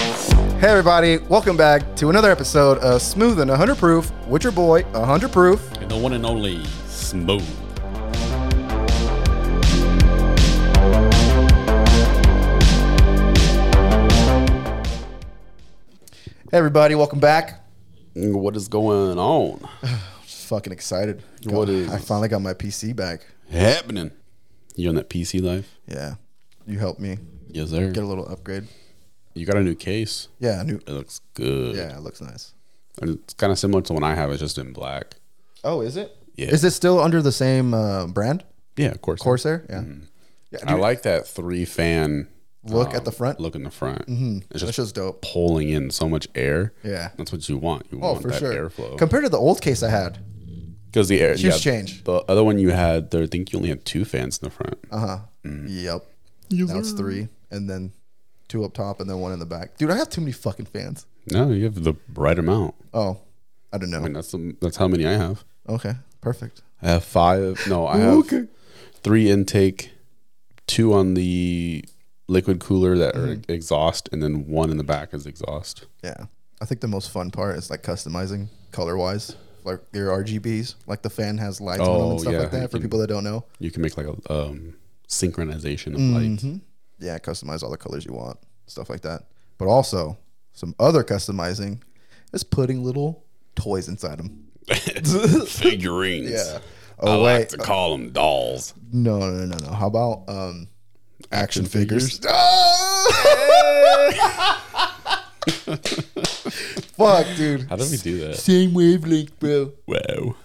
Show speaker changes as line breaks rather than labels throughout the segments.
Hey everybody, welcome back to another episode of Smooth and 100 Proof with your boy 100 Proof.
And the one and only Smooth.
Hey everybody, welcome back.
What is going on?
Just fucking excited.
What
Got-
is-
I finally got my PC back.
Happening. You on that PC life?
Yeah, you helped me
Yes, sir.
get a little upgrade.
You got a new case.
Yeah, new.
It looks good.
Yeah, it looks nice.
And it's kind of similar to when I have it, just in black.
Oh, is it?
Yeah.
Is it still under the same uh, brand,
Yeah, of course.
Corsair? Yeah.
Mm-hmm. I like that three fan um,
Look at the front.
look in the front. Mm-hmm. It's
That's
just
just dope.
pulling in so much air.
Yeah.
That's what you want. You
Oh,
want
for
that
sure.
airflow.
Compared to the old case I had.
Because the air.
Huge
yeah,
change.
The other one you had, there, I think you only had two fans in the front.
Uh huh.
Mm-hmm.
Yep. now it's three, and then two up top, and then one in the back. Dude, I have too many fucking fans.
No, you have the right amount.
Oh, I don't know.
I mean, that's the, that's how many I have.
Okay, perfect.
I have five. No, I have three intake, two on the liquid cooler that are
Mm-hmm.
exhaust, and then one in the back is exhaust.
Yeah, I think the most fun part is like customizing color wise, like your RGBs. Like the fan has lights on them
Oh,
and stuff
yeah,
like
you
that. For
can-
people that don't know,
You can make like a um, synchronization of lights.
yeah, customize all the colors you want, stuff like that. But also, some other customizing is putting little toys inside them.
Figurines.
Mm-hmm. Yeah.
I
Oh
like
wait,
to call them dolls.
no, no, no, no. How about um, action, figures?
Ah!
Fuck, dude.
How did we do that?
Same wavelength, bro.
Wow.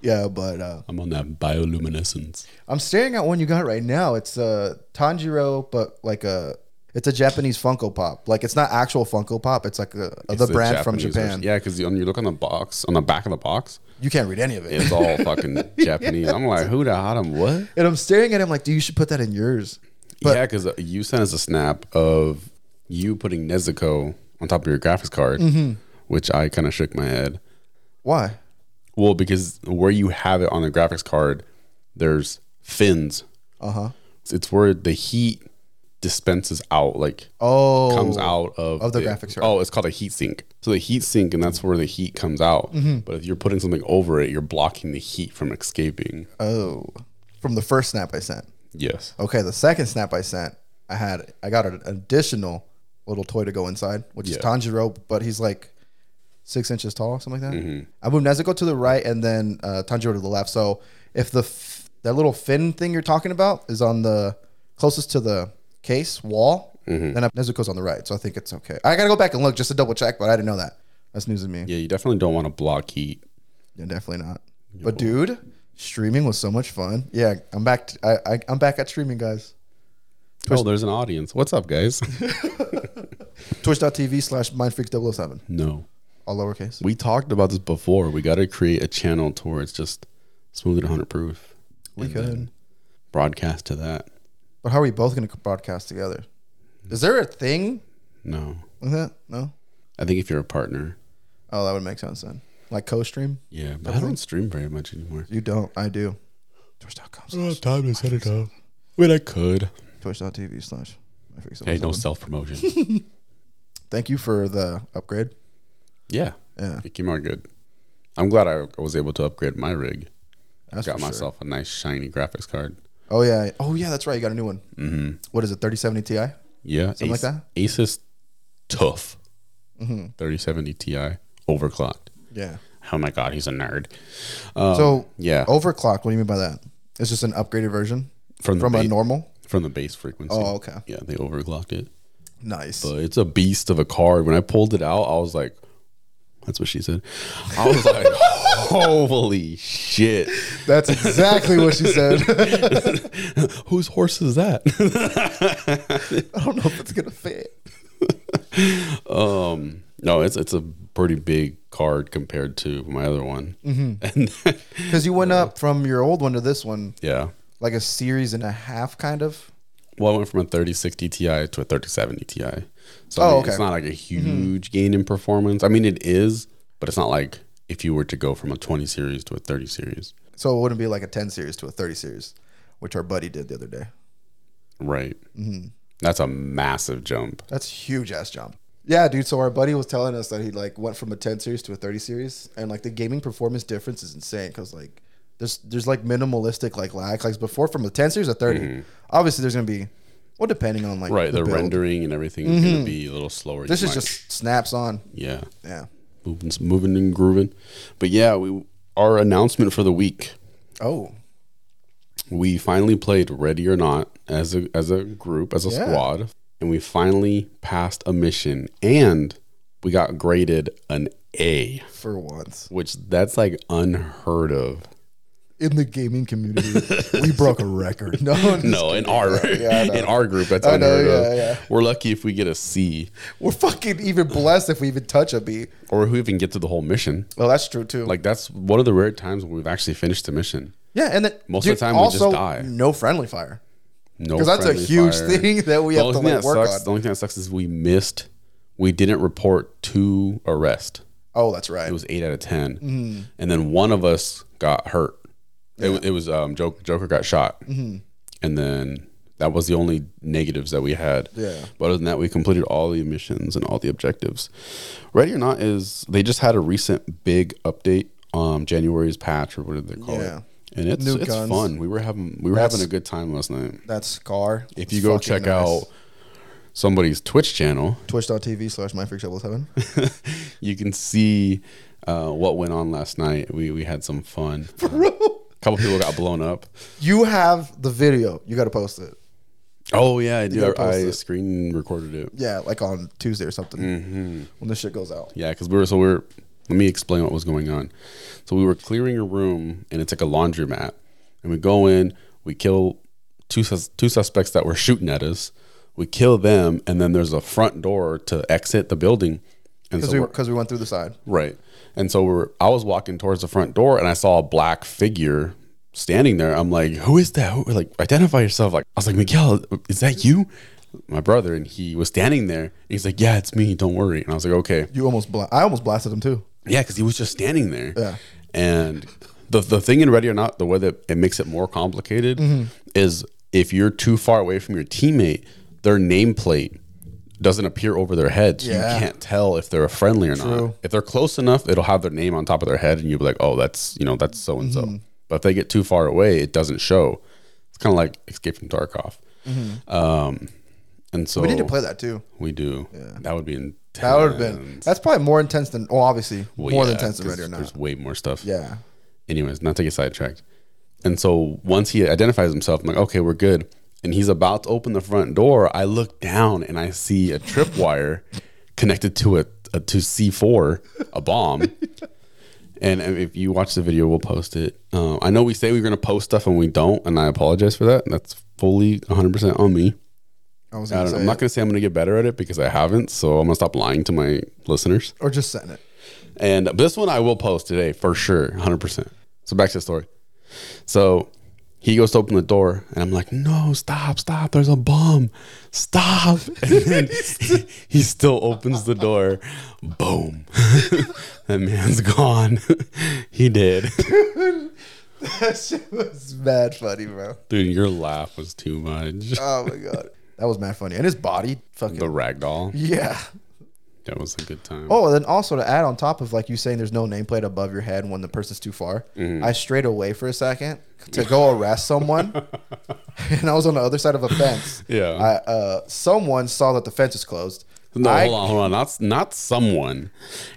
Yeah, but uh,
I'm on that bioluminescence.
I'm staring at one you got right now. It's a Tanjiro, but like a it's a Japanese Funko Pop. Like it's not actual Funko Pop. It's like a, the
It's a
brand from
Japanese version.
Japan.
Yeah, because you look on the box, on the back of the box,
You can't read any of it.
it's all fucking Japanese. I'm like, who the hot what?
And I'm staring at him like, dude, you should put that in yours. But-
yeah, because you sent us a snap of you putting Nezuko on top of your graphics card,
Mm-hmm.
which I kind of shook my head.
Why?
Well, because where you have it on the graphics card, there's fins.
Uh huh.
It's where the heat dispenses out, like
Oh,
comes out of,
Of the graphics card.
Oh, it's called a heat sink. So the heat sink, and that's where the heat comes out.
Mm-hmm.
But if you're putting something over it, you're blocking the heat from escaping.
Oh, from the first snap I sent.
Yes.
Okay, the second snap I sent, I had I got an additional little toy to go inside, which
Yeah.
is Tanjiro, but he's like six inches tall, something like that.
Mm-hmm.
I moved Nezuko to the right and then uh, Tanjiro to the left. So if the f- that little fin thing you're talking about is on the closest to the case wall,
Mm-hmm.
then Nezuko's on the right. So I think it's okay. I gotta go back and look just to double check, but I didn't know that. That's news to me.
Yeah, you definitely don't want to block heat.
Yeah, definitely not. But dude, streaming was so much fun. Yeah, I'm back. T- I, I I'm back at streaming, guys.
Oh, there's an audience. What's up, guys?
twitch.tv slash mindfreaks007
no.
all lowercase
We talked about this before. We got to create a channel towards just smooth and 100 proof.
we
And
could
then broadcast to that.
but how are we both going to broadcast together is there a thing
No,
like that no
I think if you're a partner,
oh that would make sense then like co-stream
yeah. But I don't stream very much anymore.
you don't i do twitch.com slash
time to set it up. Wait, I could.
twitch.tv slash mindfreaks007
Hey, no self promotion.
thank you for the upgrade
yeah,
yeah
it came out good. I'm glad I was able to upgrade my rig. I
that's
got
for sure.
myself a nice shiny graphics card.
oh yeah oh yeah that's right you got a new one mm-hmm. is it 3070 ti
Yeah,
Something like
Ace-
that? Mm-hmm.
Asus Tough 3070 Ti overclocked.
yeah
Oh my god, he's a nerd. Uh,
so
Um, yeah.
overclock what do you mean by that it's just an upgraded version
From the
from a
ba-
normal
from the base frequency.
oh okay
Yeah, they overclocked it.
nice
But it's a beast of a card. When I pulled it out, I was like, that's what she said. I was like, holy shit.
that's exactly what she said
Whose horse is that?
I don't know if it's gonna fit.
um, no, it's it's a pretty big card compared to my other one.
Mm-hmm.
And then-
Because you went up from your old one to this one,
yeah.
like a series and a half, kind of.
Well, I went from a 3060 Ti to a 3070 Ti. So
Oh,
I mean,
okay.
it's not like a huge gain in performance. I mean, it is, but it's not like if you were to go from a 20 series to a 30 series.
So it wouldn't be like a ten series to a thirty series, which our buddy did the other day. Mm-hmm.
Right. That's a massive jump.
That's huge ass jump. Yeah, dude. So our buddy was telling us that he like went from a 10 series to a 30 series, and like the gaming performance difference is insane because like there's there's like minimalistic like lag. Like before, from a 10 series to 30, obviously there's gonna be well depending on like
Mm-hmm. Right, the,
build. Mm-hmm.
rendering and everything is gonna be a little slower.
This
You
is
might-
just snaps on.
yeah,
Yeah.
moving, moving and grooving. But yeah, we our announcement for the week.
Oh,
We finally played Ready or Not as a as a group as a
Yeah.
squad, and we finally passed a mission, and we got graded an A,
for once
which that's like unheard of.
in the gaming community, we broke a record. No,
No, in our
I know.
in our group, that's
I know,
unheard of.
yeah, yeah.
We're lucky if we get a C,
we're fucking even blessed if we even touch a B.
or if we even get to the whole mission.
Well, that's true too.
Like that's one of the rare times when we've actually finished the mission.
yeah, and then
most of the time we just die.
No friendly fire.
No,
'Cause that's a
friendly
huge thing that we
The
have
only
to,
thing
like,
that
work
sucks,
on.
The only thing that sucks is we missed. We didn't report to arrest.
Oh, that's right.
It was eight out of 10
Mm-hmm.
and then one of us got hurt. It, wa- it was um Joker, Joker got shot,
Mm-hmm.
and then that was the only negatives that we had.
Yeah.
But other than that, we completed all the missions and all the objectives. Ready or not is they just had a recent big update. Um, January's patch or whatever they call
Yeah.
it. And it's
New
it's
guns.
fun. We were having we were
That's-
having a good time last night.
that scar.
If you go check out somebody's Twitch channel,
twitch.tv slash myfreakshovel7.
you can see uh, what went on last night. We we had some fun. A couple people got blown up.
you have the video. You got to post it.
Oh yeah, I do.
gotta post
I
it.
screen recorded it.
Yeah, like on Tuesday or something when this shit goes out.
Yeah, because we were Mm-hmm. so we are Let me explain what was going on. So we were clearing a room, and it's like a laundromat, and we go in, we kill two sus- two suspects that were shooting at us. We kill them, and then there's a front door to exit the building. And
Because
so
we,
we're-
because we went through the side.
Right. And so we're I was walking towards the front door and I saw a black figure standing there. I'm like, who is that? Who, like, identify yourself. Like, I was like, Miguel, is that you? My brother, and he was standing there. He's like, yeah, it's me. Don't worry. And I was like, okay.
You almost, bla- I almost blasted him too.
Yeah, because he was just standing there.
Yeah.
And the the thing in Ready or Not, the way that it makes it more complicated
Mm-hmm.
is if you're too far away from your teammate, their nameplate doesn't appear over their head. So
Yeah.
you can't tell if they're a friendly or not. If they're close enough, it'll have their name on top of their head and you'll be like, oh, that's you know, that's so and
Mm-hmm.
so. But if they get too far away, it doesn't show. It's kind of like Escape from Tarkov. Um, and so
Mm-hmm. We need to play that too.
We do. That would be intense.
That would have been, that's probably more intense than, well, obviously,
Well,
more
yeah,
than intense than
'cause
Ready or Not.
There's way more stuff
Yeah.
anyways, not to get sidetracked. And so once he identifies himself, I'm like, okay, we're good. And he's about to open the front door. I look down and I see a tripwire connected to a, a to C4, a bomb. and um, if you watch the video, we'll post it. Um, I know we say we're gonna post stuff and we don't, and I apologize for that. That's fully 100 percent on me.
I was
I
going to
don't,
say,
I'm not gonna say I'm gonna get better at it because I haven't. So I'm gonna stop lying to my listeners.
or just send it.
And this one I will post today for sure, 100%. So back to the story. So he goes to open the door, and I'm like, no, stop, stop. There's a bomb. Stop. And then he still opens the door. Boom. that man's gone. he did.
That shit was mad funny, bro.
Dude, your laugh was too much.
Oh my God. that was mad funny. And his body, fucking,
The ragdoll.
yeah.
That was a good time.
Oh, and then also to add on top of like you saying there's no nameplate above your head when the person's too far,
Mm-hmm.
I strayed away for a second to go arrest someone, and I was on the other side of a fence.
Yeah.
I, uh, someone saw that the fence was closed.
No,
I-
hold on, hold on. Not not someone,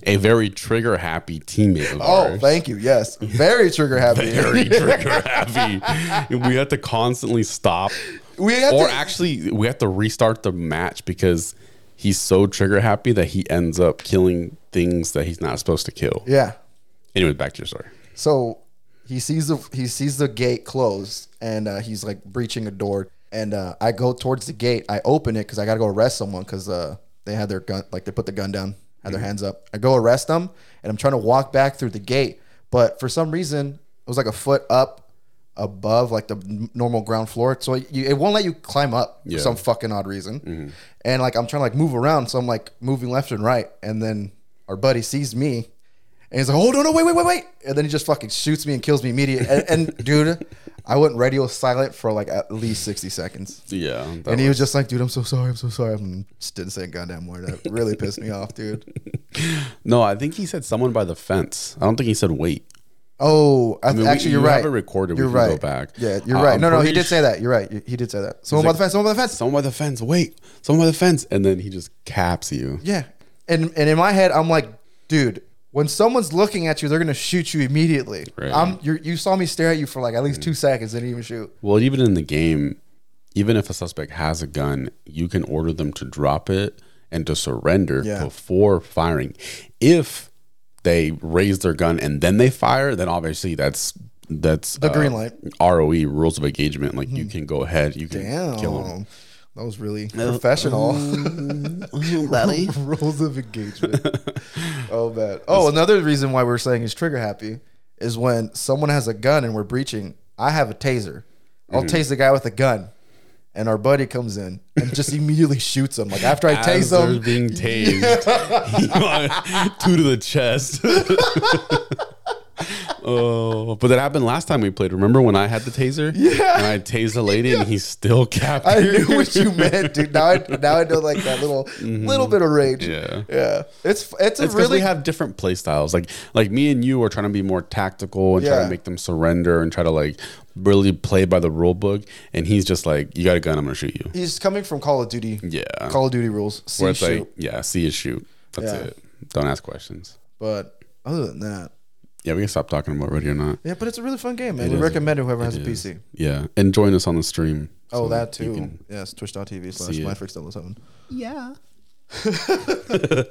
a very trigger happy teammate of
Oh,
ours.
thank you. Yes, very trigger happy.
very trigger happy. We have to constantly stop.
We have
or
to-
actually, we have to restart the match because he's so trigger happy that he ends up killing things that he's not supposed to kill.
yeah.
Anyway, back to your story.
So he sees the he sees the gate closed, and uh, he's like breaching a door. And uh, I go towards the gate. I open it because I gotta go arrest someone because uh, they had their gun like they put the gun down, had their hands up. I go arrest them, and I'm trying to walk back through the gate, but for some reason it was like a foot up above like the n- normal ground floor, so it, you, it won't let you climb up for some fucking odd reason. And like I'm trying to like move around, so I'm like moving left and right, and then our buddy sees me and he's like, "Hold on, no, wait, wait, wait, wait!" And then he just fucking shoots me and kills me immediately. And, and dude, I went radio silent for like at least sixty seconds,
Yeah.
and he was just like, "Dude, I'm so sorry. I'm so sorry." I just didn't say a goddamn word. That really pissed me off, dude.
no, I think he said someone by the fence. I don't think he said wait.
Oh, I
mean, we-
actually, you're
you
right.
have it recorded. We
You're
can go
right.
back.
Yeah, you're
I-
right.
I'm
no, no, he
pretty
did
su-
say that. You're right. He- He did say that. Someone by
like-
the fence. Someone by the fence.
Someone by the fence. Wait. Someone by the fence. And then he just caps you.
Yeah. And and in my head, I'm like, dude, when someone's looking at you, they're gonna shoot you immediately.
Right. Mm.
I'm you you saw me stare at you for like at least two seconds, didn't even shoot.
Well, even in the game, even if a suspect has a gun, you can order them to drop it and to surrender
Yeah.
before firing. If they raise their gun and then they fire, then obviously that's that's uh, the
green light.
ROE E, rules of engagement. Like you can go ahead, you can
Damn.
kill them.
That was really
Uh,
professional.
mm,
Rules of engagement. oh man. Oh, another reason why we're saying he's trigger happy is when someone has a gun and we're breaching. I have a taser.
Mm.
I'll tase the guy with a gun. And our buddy comes in and just immediately shoots him. Like after I
As
tase
they're
him,
being tased, two to the chest. oh, but that happened last time we played. Remember when I had the taser?
Yeah.
and I tased a lady, and he still capped.
I
her.
knew what you meant, dude. Now I now I know like that little little bit of rage.
Mm-hmm. Yeah.
yeah. It's it's a
It's because
really
we have different play styles. Like like me and you are trying to be more tactical and try
Yeah.
to make them surrender and try to like really play by the rule book. And he's just like, "You got a gun? I'm gonna shoot you."
he's coming from Call of Duty.
Yeah.
Call of Duty rules. See
Where it's
shoot.
like, "Yeah, see you shoot." That's
Yeah.
it. Don't ask questions.
but other than that,
Yeah, we can stop talking about ready or not.
yeah. But it's a really fun game, man. we recommend it whoever has a PC.
Yeah, and join us on the stream.
Oh,
So
that
you
too.
can-
Yes, twitch.tv slash
it.
myfreaks007. Yeah.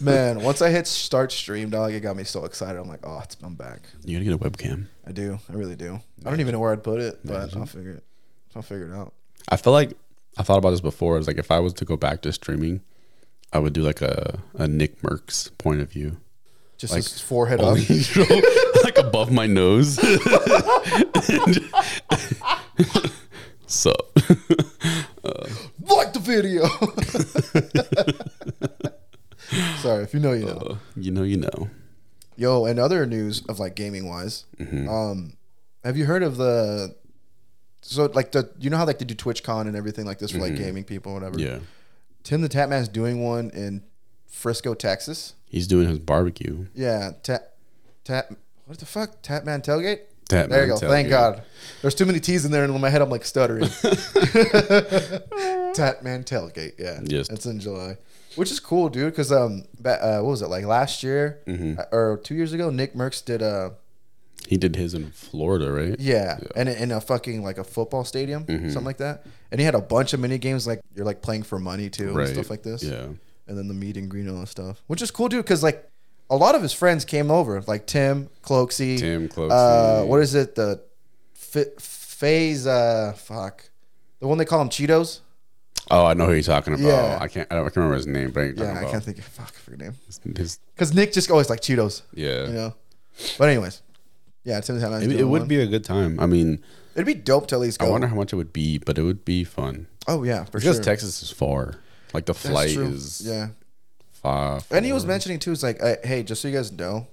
man, once I hit start stream, dog, it got me so excited. I'm like, oh, it's, I'm back.
you gotta get a webcam.
I do. I really do. I don't even know where I'd put it, but I'll figure it. I'll figure it out.
I feel like I thought about this before. It's like if I was to go back to streaming, I would do like a a Nick Merckx point of view.
Just his forehead up.
Only, you know, like above my nose. so,
like the video. Sorry, if you know,
Oh.
you know.
you know, you know.
Yo, and other news of like gaming wise,
Mm-hmm.
um, have you heard of the? So like the you know how like they do TwitchCon and everything like this for like gaming people or whatever.
Mm-hmm. Yeah.
Tim the Tapman's doing one in Frisco, Texas.
He's doing his barbecue.
Yeah, tap tap. What the fuck, Tapman tailgate?
Tapman
there you go. Thank
Tailgate.
God. There's too many T's in there, and in my head I'm like stuttering. Tapman tailgate. Yeah.
Yes.
That's in July, which is cool, dude. Because um, ba- uh, what was it like last year
Mm-hmm.
uh, or two years ago? Nick Merckx did a
He did his in Florida, right?
yeah, and in in a fucking like a football stadium,
Mm-hmm.
something like that. And he had a bunch of mini games like you're like playing for money too
Right.
and stuff like this.
Yeah.
And then the meet and greet and all that stuff, which is cool, dude. Because like a lot of his friends came over, like Tim Cloaksy,
Tim
uh,
Cloaksy.
what is it? The F- phase, uh, fuck, the one they call him Cheetos.
Oh, I know who you're talking about.
Yeah.
I can't. I don't I can't remember his name, but I know
Yeah,
talking
I
about
can't think of fuck for your name.
his- his-
Because Nick just always like Cheetos.
yeah.
You know. But anyways, yeah, Tim's having.
It, it would be a good time. I mean,
It'd be dope to at least
I
go.
wonder how much it would be, but it would be fun
oh yeah, Oh. for
because
sure.
Texas is far. Like the
That's
flight
true.
is
yeah.
far.
And he was mentioning too, it's like, uh, hey, just so you guys know,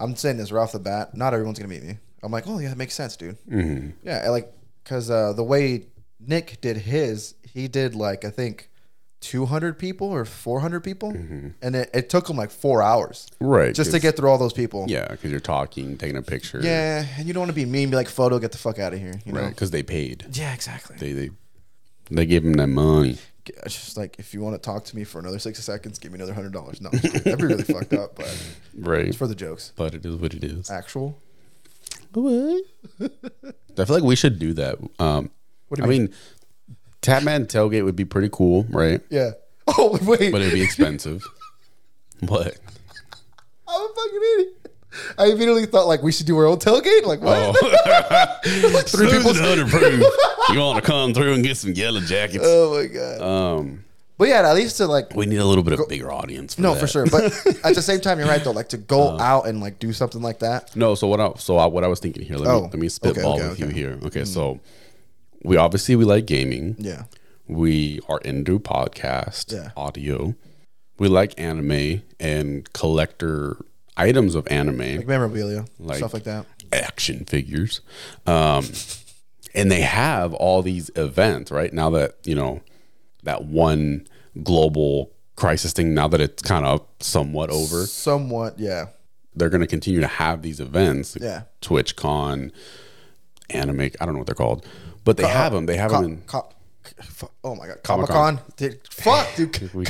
I'm saying this right off the bat. Not everyone's gonna meet me. I'm like, oh yeah, that makes sense, dude. Mm-hmm. Yeah, I like, cause uh, the way Nick did his, he did like I think 200 people or 400 people, and it, it took him like four hours
Mm-hmm. Right,
just to
'cause-
get through all those people.
Yeah, because you're talking, taking a picture.
yeah, and you don't want to be mean, be like, photo, get the fuck out of here. You
Right.
know?
Because they paid.
Yeah, exactly.
They they they gave him that money.
It's just like if you want to talk to me for another 60 seconds, give me another hundred dollars. No, I'm just kidding. that'd be really fucked up, but
Right.
it's for Ah. the jokes.
But it is what it is.
Actual
I feel like we should do that. Um,
What do you
I mean? Tatman tailgate would be pretty cool, right?
Yeah. Oh wait,
But it'd be expensive. What?
I'm a fucking idiot. I immediately thought like we should do our own tailgate. Like what?
oh.
Like, three people.
hundred proof. You want to come through and get some yellow jackets?
Oh my god.
um,
but yeah, at least to like
we need a little bit of bigger audience. For
no
that.
for sure. But at the same time, you're right though. Like to go
Uh-huh.
out and like do something like that.
No, so what I so I, what I was thinking here. Let
Oh,
me let me spitball
okay,
with
okay. Mm-hmm.
you here. Okay, so we obviously we like gaming.
Yeah.
We are into podcast
Yeah.
audio. We like anime and collector items of anime,
like memorabilia,
Like-
stuff like that.
action figures. Um, and they have all these events, right? Now that, you know, that one global crisis thing, now that it's kind of somewhat over,
Somewhat, yeah,
they're going to continue to have these events.
Yeah.
Twitch Con, Anime, I don't know what they're called, but they have them. They have
Co-
them in.
co- fu- oh my god, Comic Con, dude, fuck, dude,
We,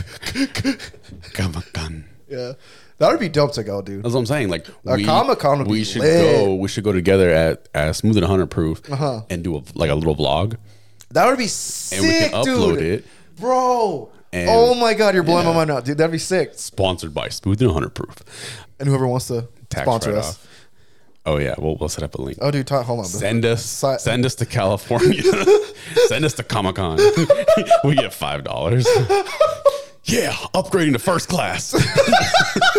Comic Con.
yeah, that would be dope to go, dude.
That's what I'm saying. Like
A Comic-Con would
we
be
should
lit. Uh-huh.
go. We should go together at, at Smooth and Hunter Proof and do a, like a little vlog.
That would be sick,
and we can upload
dude.
it.
bro.
And-
oh my god, you're blowing my mind out, dude. That'd be sick.
Sponsored by Smooth and Hunter Proof.
And whoever wants to
Tax
sponsor
write
us,
off. Oh yeah, we'll we'll set up a link.
oh dude, Todd, hold on, bro.
Send us,
Si-
send us to California. send us to Comic Con. we get five dollars. yeah, upgrading to first class.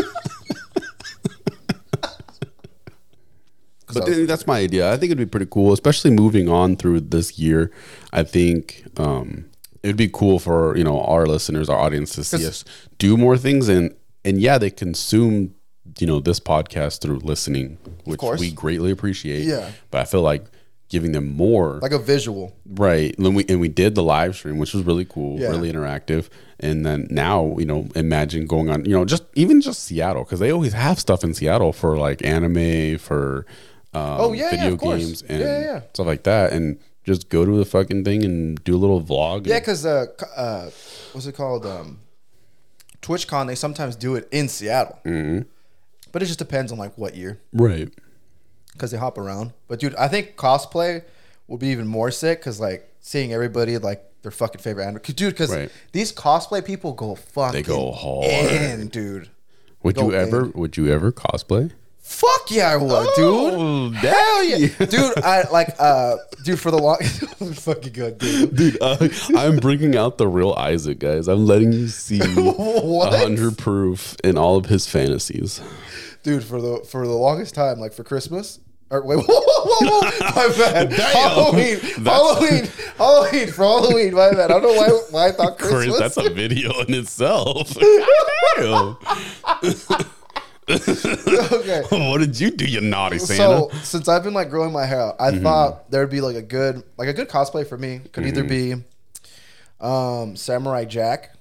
but then that's my idea. I think it'd be pretty cool, especially moving on through this year. I think um, it'd be cool for you know our listeners, our audience to see us do more things, and and yeah, they consume you know this podcast through listening, which
course.
we greatly appreciate.
Yeah.
But I feel like giving them more
like a visual.
right. When we and we did the live stream, which was really cool,
Yeah.
really interactive. And then now, you know, imagine going on, you know, just even just Seattle, because they always have stuff in Seattle for like anime, for um,
Oh, yeah, yeah,
video
of course.
games and
Yeah, yeah, yeah.
stuff like that. And just go to the fucking thing and do a little vlog. and-
Yeah, because uh, c- uh, what's it called? Um, TwitchCon. They sometimes do it in Seattle, mm-hmm. but it just depends on like what year
right.
because they hop around. But dude, I think cosplay will be even more sick because like seeing everybody like their fucking favorite anime, 'Cause, dude. Because
Right.
these cosplay people go fucking
They go hard.
in, dude.
Would
Go
you ever? Would you ever cosplay?
Fuck yeah, I would,
Oh,
dude.
dang.
Hell yeah, dude. I like, uh, dude, for the long, fucking good, dude.
Dude, I, I'm bringing out the real Isaac, guys. I'm letting you see
What?
100 proof in all of his fantasies.
dude for the for the longest time like for christmas or wait whoa whoa whoa, whoa my bad
Damn.
halloween
That's-
halloween halloween for halloween my bad i don't know why why i thought
Chris,
christmas
that's a video in itself. Goddamn.
okay
what did you do, you naughty Santa? Mm-hmm.
so since i've been like growing my hair out i thought there'd be like a good like a good cosplay for me could either be
Mm-hmm.
um samurai jack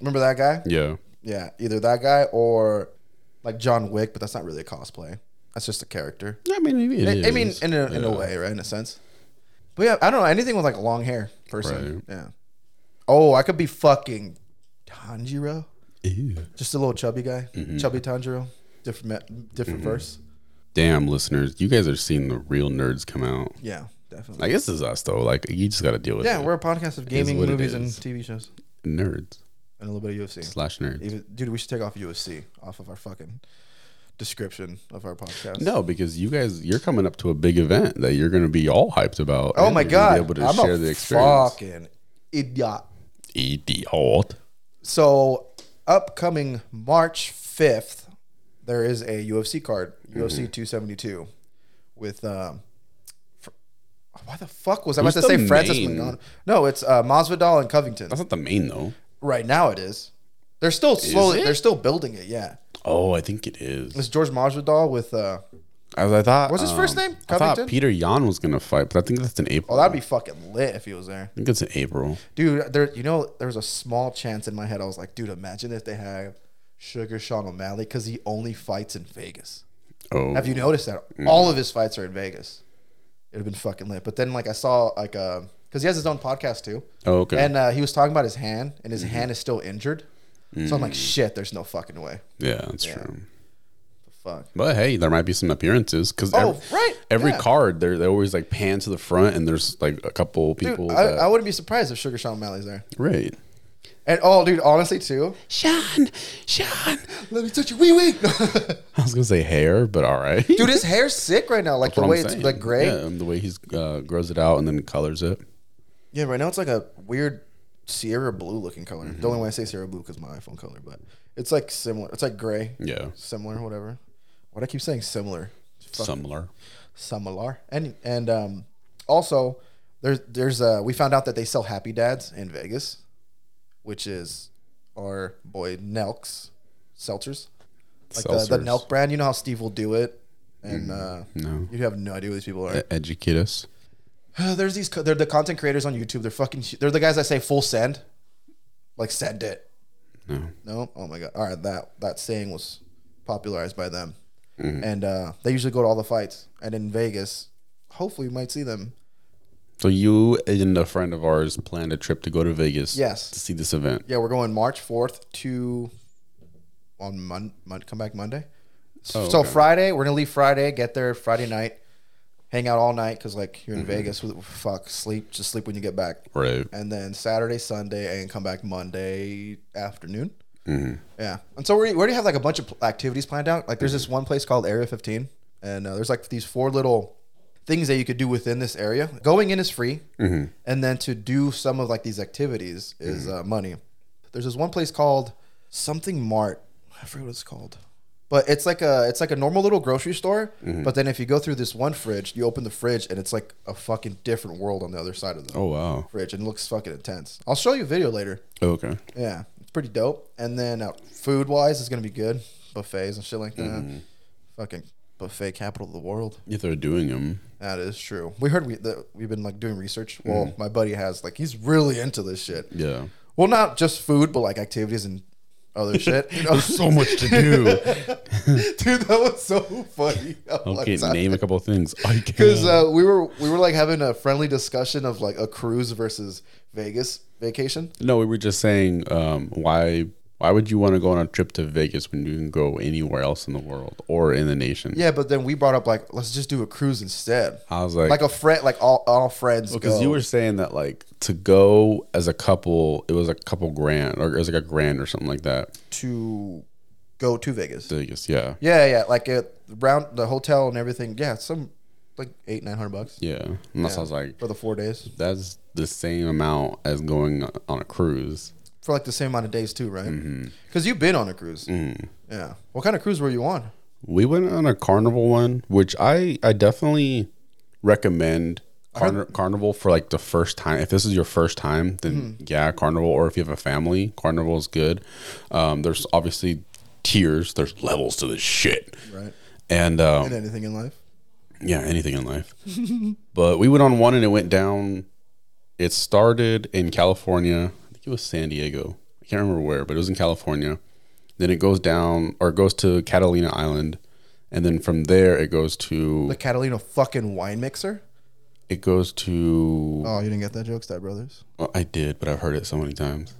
remember that guy
yeah.
yeah either that guy or like john wick but that's not really a cosplay that's just a character
I mean, maybe it
I mean,
is.
in a, in a
Yeah.
way, right? In a sense. But yeah, I don't know anything with like long hair, person.
Right.
Yeah. Oh, I could be fucking Tanjiro,
Ew.
just a little chubby guy,
Mm-hmm.
chubby Tanjiro, different me- different verse.
Damn, listeners, you guys are seeing the real nerds come out.
Yeah, definitely.
I guess this is us, though. Like, you just got to deal with
yeah,
it.
we're a podcast of gaming,
what it
movies, and
is.
TV shows,
nerds
and a little bit of UFC.
slash nerds.
Even- Dude, we should take off UFC off of our fucking description of our podcast.
No, because you guys, you're coming up to a big event that you're going to be all hyped about.
Oh
and
my
you're gonna
god,
Be able to
I'm
share
a
the experience.
fucking idiot.
Idiot.
So, upcoming March 5th, there is a UFC card,
Mm-hmm.
UFC 272, with. Um, fr- why the fuck was I about
Who's
to say
the
Francis
main? Uh-huh.
McDonald? No, it's uh, Masvidal and Covington.
That's not the main though.
Right now it is. They're still slowly.
it?
They're still building it. Yeah,
Oh, I think it is.
it's George Masvidal with. Uh,
As I thought. um,
What's his first name?
I
Covington?
thought Peter Yan was gonna fight, but I think that's in April.
oh, that'd be fucking lit if he was there,
I think it's in April.
dude. There, you know, there's a small chance in my head. I was like, dude, imagine if they have Sugar Sean O'Malley because he only fights in Vegas.
Oh,
Have you noticed that all of his fights are in Vegas? It'd have been fucking lit. But then, like, I saw like uh 'cause because he has his own podcast too.
Oh, okay.
And uh, he was talking about his hand, and his hand is still injured. So I'm like, shit, there's no fucking way.
yeah, that's true.
The fuck.
But hey, there might be some appearances because
Oh,
every,
right,
every
yeah.
card they're they always like pan to the front and there's like a couple
Dude,
people.
I,
that,
I wouldn't be surprised if Sugar Sean O'Malley's there.
right.
And oh, dude, honestly too.
Sean, Sean.
Let me touch your wee wee.
I was gonna say hair, but all right.
dude, his hair's sick right now. Like the way it's like gray.
Yeah, and the way he's uh, grows it out and then colors it.
Yeah, right now it's like a weird Sierra blue looking color. The only way I say Sierra blue because my iPhone color, but it's like similar. It's like gray.
Yeah,
similar, whatever. Why do I keep saying similar? Fuck,
similar.
similar. And and um, also there's there's uh we found out that they sell Happy Dads in Vegas, which is our boy Nelks seltzers. like the, the
Seltzers. Mm,
Nelk brand. You know how Steve will do it, and uh,
No.
you have no idea who these people
E-,
are.
Educate us.
There's these. co- They're the content creators on YouTube. They're fucking. hu- They're the guys that say full send, like send it.
No.
No. Oh my god. All right. That that saying was popularized by them,
Mm-hmm.
and uh, they usually go to all the fights. And in Vegas, hopefully, we might see them.
So you and a friend of ours planned a trip to go to Vegas.
Yes.
To see this event.
Yeah, we're going March fourth to on Mon- Mon- come back Monday.
Oh,
so
okay.
Friday, we're gonna leave Friday, get there Friday night, hang out all night because like you're in
Mm-hmm.
Vegas, w- fuck sleep, just sleep when you get back,
Right.
and then Saturday, Sunday, and come back Monday afternoon. Yeah, and so we we already have like a bunch of pl- activities planned out. Like there's this one place called Area 15, and uh, there's like these four little things that you could do within this area. Going in is free, and then to do some of like these activities is uh, money. There's this one place called something Mart. I forget what it's called. But it's like a it's like a normal little grocery store. But then if you go through this one fridge, you open the fridge and it's like a fucking different world on the other side of the
Oh wow. Oh,
fridge and it looks fucking intense. I'll show you a video later.
Okay.
Yeah, it's pretty dope. And then uh, food wise, it's gonna be good buffets and shit like that.
Mm-hmm.
Fucking buffet capital of the world.
If they're doing them.
That is true. We heard we that we've been like doing research. Well, my buddy has like he's really into this shit.
Mm-hmm. Yeah.
Well, not just food, but like activities and other shit. You know?
So much to do.
Dude, that was so funny.
Okay, name a couple of things. I
Because
can.
uh, we were we were like having a friendly discussion of like a cruise versus Vegas vacation.
no, we were just saying um, why why would you want to go on a trip to Vegas when you can go anywhere else in the world or in the nation?
Yeah, but then we brought up like let's just do a cruise instead.
I was like,
like a friend, like all, all friends.
because Oh, you were saying that like to go as a couple, it was a couple grand or it was like a grand or something like that.
to go to Vegas.
Vegas, yeah,
Yeah, yeah, like it round the hotel and everything. Yeah, some like eight nine hundred bucks
yeah. And that's I was like,
for the four days
that's the same amount as going on a cruise.
for like the same amount of days too, right?
Mm-hmm.
Because you've been on a cruise.
Mm.
Yeah. What kind of cruise were you on?
We went on a carnival one, which I I definitely recommend carni- carnival for like the first time. If this is your first time, then yeah, carnival. Or if you have a family, carnival is good. Um, there's obviously tiers. There's levels to this shit.
Right.
And um,
And anything in life?
Yeah, anything in life. but we went on one and it went down. It started in California. I think it was San Diego. I can't remember where, but it was in California. Then it goes down or it goes to Catalina Island. And then from there it goes to
The Catalina fucking wine mixer.
it goes to
Oh, you didn't get that joke, Stab Brothers.
well, I did, but I've heard it so many times.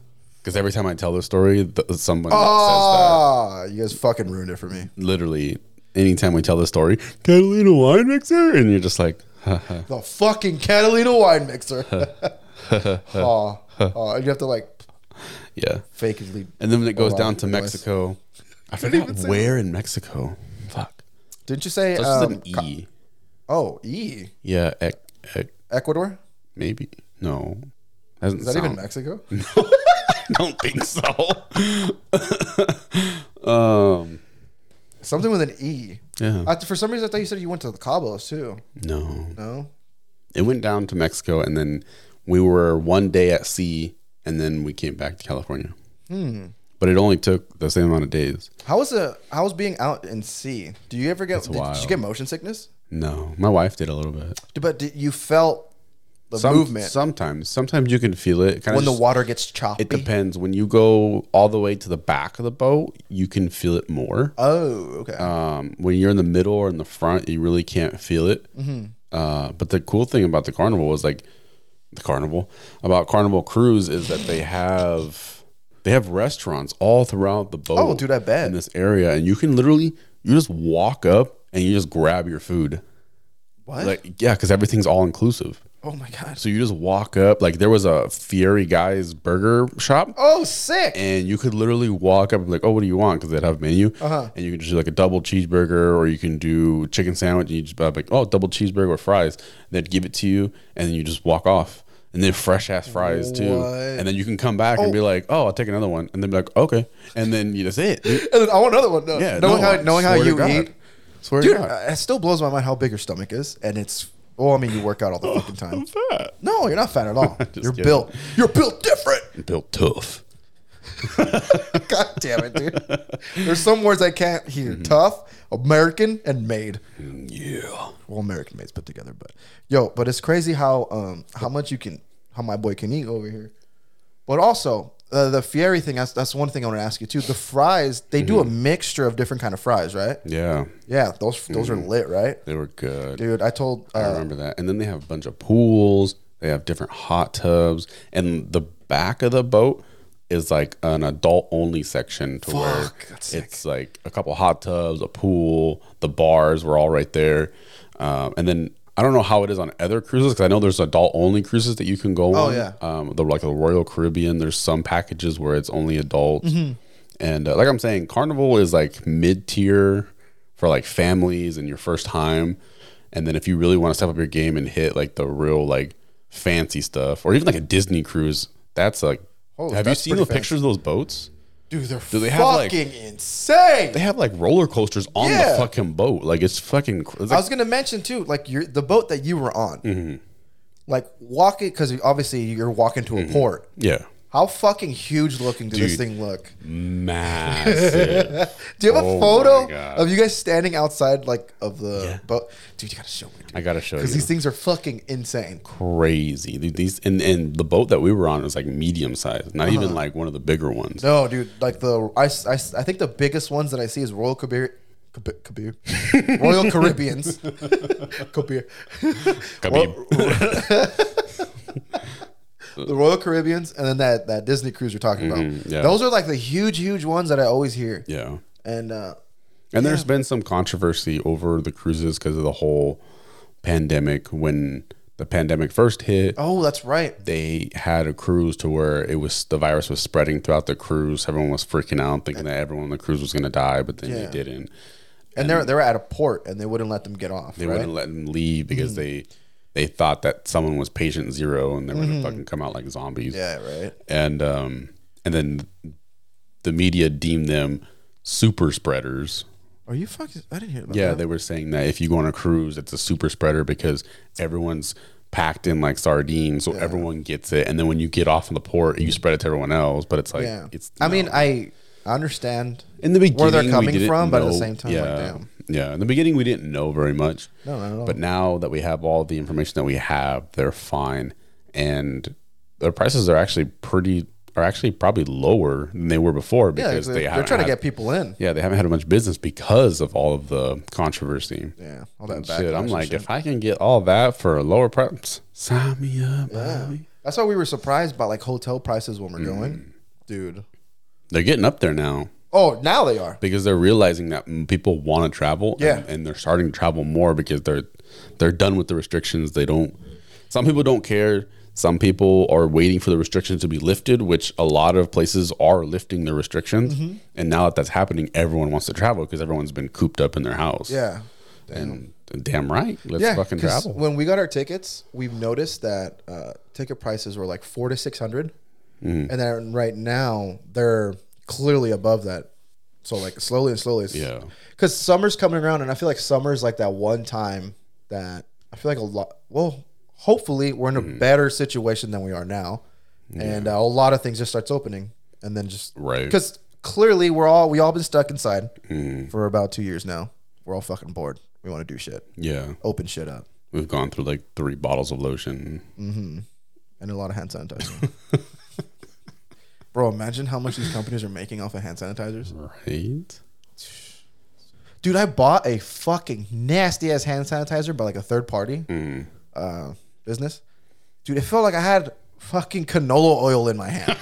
Because every time I tell this story, th- someone says
Oh, you guys fucking ruined it for me.
that. Literally, anytime we tell the story, Catalina wine mixer, and you're just like, haha.
The fucking Catalina wine mixer. oh, oh, you have to like
yeah.
fakely
And then when it goes
Oh, wow.
down to
Good advice.
Mexico. I forgot where in Mexico. Fuck.
Didn't you say?
This is
Um,
an E.
oh, E
yeah, ec, ec,
Ecuador.
maybe. No. Doesn't
Is that even
sound-
Mexico?
I don't think so. um,
Something with an E.
yeah.
I, for some reason, I thought you said you went to the Cabos too.
no.
No,
It went down to Mexico and then we were one day at sea and then we came back to California.
Hmm.
But it only took the same amount of days.
how was the how was being out in sea? Do you ever get did, did you
wild.
get motion sickness?
No. My wife did a little bit.
D- But did, you felt the
Some-
movement
Sometimes. Sometimes you can feel it. Kind
when
of
the water gets choppy.
It depends. When you go all the way to the back of the boat, you can feel it more.
oh, okay.
Um, when you're in the middle or in the front, you really can't feel it.
Mm-hmm.
Uh, but the cool thing about the carnival is like the carnival about Carnival Cruise is that they have they have restaurants all throughout the boat.
Oh, dude, I bet.
in this area, and you can literally you just walk up and you just grab your food.
what?
Like yeah, because everything's all inclusive.
oh my god.
So you just walk up. Like there was a Fieri Guys Burger shop
Oh, sick.
and you could literally walk up and be like, oh, what do you want? Because they'd have a menu,
Uh-huh.
and you could just do like a double cheeseburger, or you can do chicken sandwich, and you just be like, oh, double cheeseburger with fries. They'd give it to you, and then you just walk off, and then fresh ass fries too,
What?
and then you can come back and be like, oh, I'll take another one, and then be like, okay, and then you that's it. dude.
And then I want another one. No,
Yeah,
knowing
no,
how knowing how
swear to
you
God.
eat,
Swear
dude,
to God.
uh, it still blows my mind how big your stomach is, and it's. Well, I mean, you work out all the fucking time.
Fat.
No, you're not fat at all. you're
kidding.
built. You're built different.
built tough.
God damn it, dude. There's some words I can't hear. Tough, American, and made.
Yeah.
Well, American made's put together, but yo, but it's crazy how um how much you can how my boy can eat over here. But also uh, the Fieri thing. That's that's one thing I want to ask you too. The fries they do a mixture of different kind of fries, right?
Yeah.
Yeah, those those are lit, right?
They were good.
Dude, I told
I
uh,
remember that. And then they have a bunch of pools. They have different hot tubs, and the back of the boat is like an adult only section to where
Fuck, that's
it's like a couple hot tubs, a pool, the bars were all right there, um, and then. I don't know how it is on other cruises because I know there's adult only cruises that you can go on.
Oh, yeah.
um, the like the Royal Caribbean. There's some packages where it's only adult,
Mm-hmm.
and uh, like I'm saying, Carnival is like mid tier for like families and your first time. And then if you really want to step up your game and hit like the real like fancy stuff, or even like a Disney cruise, that's like.
Oh,
have
that's
you seen
pretty
the
fancy.
pictures of those boats?
dude, they're
they have, like-
fucking insane.
They have like roller coasters on
Yeah.
the fucking boat. Like it's fucking. cr- It's
I
like, Mm-hmm.
was gonna mention too, like your the boat that you were on, like walking because obviously you're walking to a port.
yeah,
How fucking huge looking did this
Mm-hmm. Dude.
thing look?
massive.
Do you have
Oh
a
my
photo
God.
of you guys standing outside like of the
Yeah.
boat? Dude, you gotta show me. Dude.
I gotta show you.
because these things are fucking insane.
crazy. Dude, these and, and the boat that we were on was like medium sized, not
Uh-huh.
even like one of the bigger ones.
No, dude, like the I, s- I s- I think the biggest ones that I see is Royal Caribbean. Royal Caribbeans, Kabir.
Khabib.
the Royal Caribbeans, and then that, that Disney cruise you're talking about.
Mm-hmm, yeah.
Those are like the huge, huge ones that I always hear.
yeah.
And uh,
And there's been some controversy over the cruises because of the whole pandemic. When the pandemic first hit,
oh, that's right.
they had a cruise to where it was the virus was spreading throughout the cruise. Everyone was freaking out, thinking that everyone on the cruise was going to die, but then
Yeah.
they didn't.
And they're they're at a port, and they wouldn't let them get off.
They
right? Mm.
wouldn't let them leave because they they thought that someone was patient zero and they were going to fucking come out like zombies.
Mm-hmm. Yeah, right.
and um, and then the media deemed them super spreaders.
Are you fucking? I didn't hear about
Yeah,
that.
they were saying that if you go on a cruise, it's a super spreader because everyone's packed in like sardines, so everyone gets it. And then when you get off in the port, you spread it to everyone else. But it's like
yeah.
it's.
I
no.
mean, I I understand.
in the beginning,
where they're
we
coming
didn't
from, but at the
know-
same time, like,
yeah,
damn.
yeah. In the beginning, we didn't know very much.
No, not at all.
But now that we have all the information that we have, they're fine, and their prices are actually pretty are actually probably lower than they were before
Yeah,
because
they're,
they
they're
haven't
trying to
had-
get people in.
yeah they haven't had much business because of all of the controversy.
Yeah, all that
And
backlash
shit, I'm
and
like,
shit.
if I can get all that for a lower price, sign me up.
Yeah.
baby.
That's why we were surprised by like hotel prices when we're
Mm.
going, dude.
They're getting up there now
Oh, now they are.
because they're realizing that mm, people want to travel. and-
Yeah.
and, they're starting to travel more because they're they're done with the restrictions. They don't. Some people don't care. Some people are waiting for the restrictions to be lifted, which a lot of places are lifting the restrictions.
Mm-hmm.
And now that that's happening, everyone wants to travel because everyone's been cooped up in their house.
Yeah,
and damn right, let's
yeah.
fucking
'cause
travel.
When we got our tickets, we've noticed that uh, ticket prices were like four to six
Mm-hmm.
and then right now they're clearly above that. So like slowly and slowly, it's-
Yeah.
Because summer's coming around, and I feel like summer's like that one time that I feel like a lot. Well, hopefully we're in a
Mm-hmm.
better situation than we are now, and uh, a lot of things just starts opening, and then just
Right. Mm-hmm.
because clearly we're all we all been stuck inside for about two years now. We're all fucking bored. We want to do shit,
Yeah,
open shit up,
we've gone through like three bottles of lotion.
and a lot of hand sanitizer. Bro, imagine how much these companies are making off of hand sanitizers.
Right?
Dude, I bought a fucking nasty ass hand sanitizer by like a third party uh, business. Dude, it felt like I had fucking canola oil in my hand.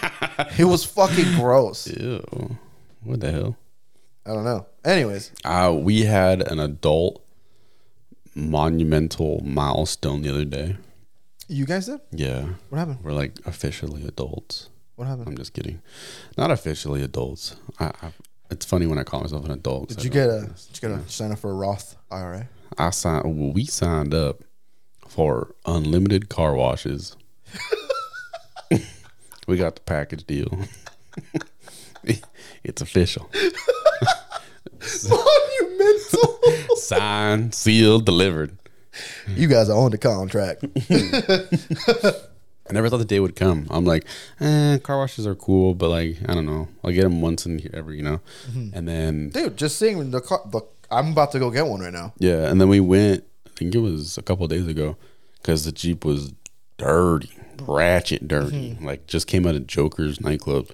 it was fucking gross.
Ew. What the hell?
I don't know. Anyways,
Uh, we had an adult monumental milestone the other day.
you guys did?
Yeah.
What happened?
We're like officially adults.
What happened?
I'm just kidding. Not officially adults. I, I, it's funny when I call myself an adult. 'cause
Did
I
you
don't-
get a? Did you get a sign up for a Roth IRA?
I signed. Well, we signed up for unlimited car washes. we got the package deal. it's official.
Monumental.
Signed, sealed, delivered.
you guys are on the contract.
I never thought the day would come. I'm like, eh, car washes are cool, but like, I don't know. I'll get them once in here every, you know. And then
Dude, just seeing the car. The, I'm about to go get one right now.
yeah, and then we went. I think it was a couple of days ago because the jeep was dirty, ratchet dirty. Like just came out of Joker's nightclub.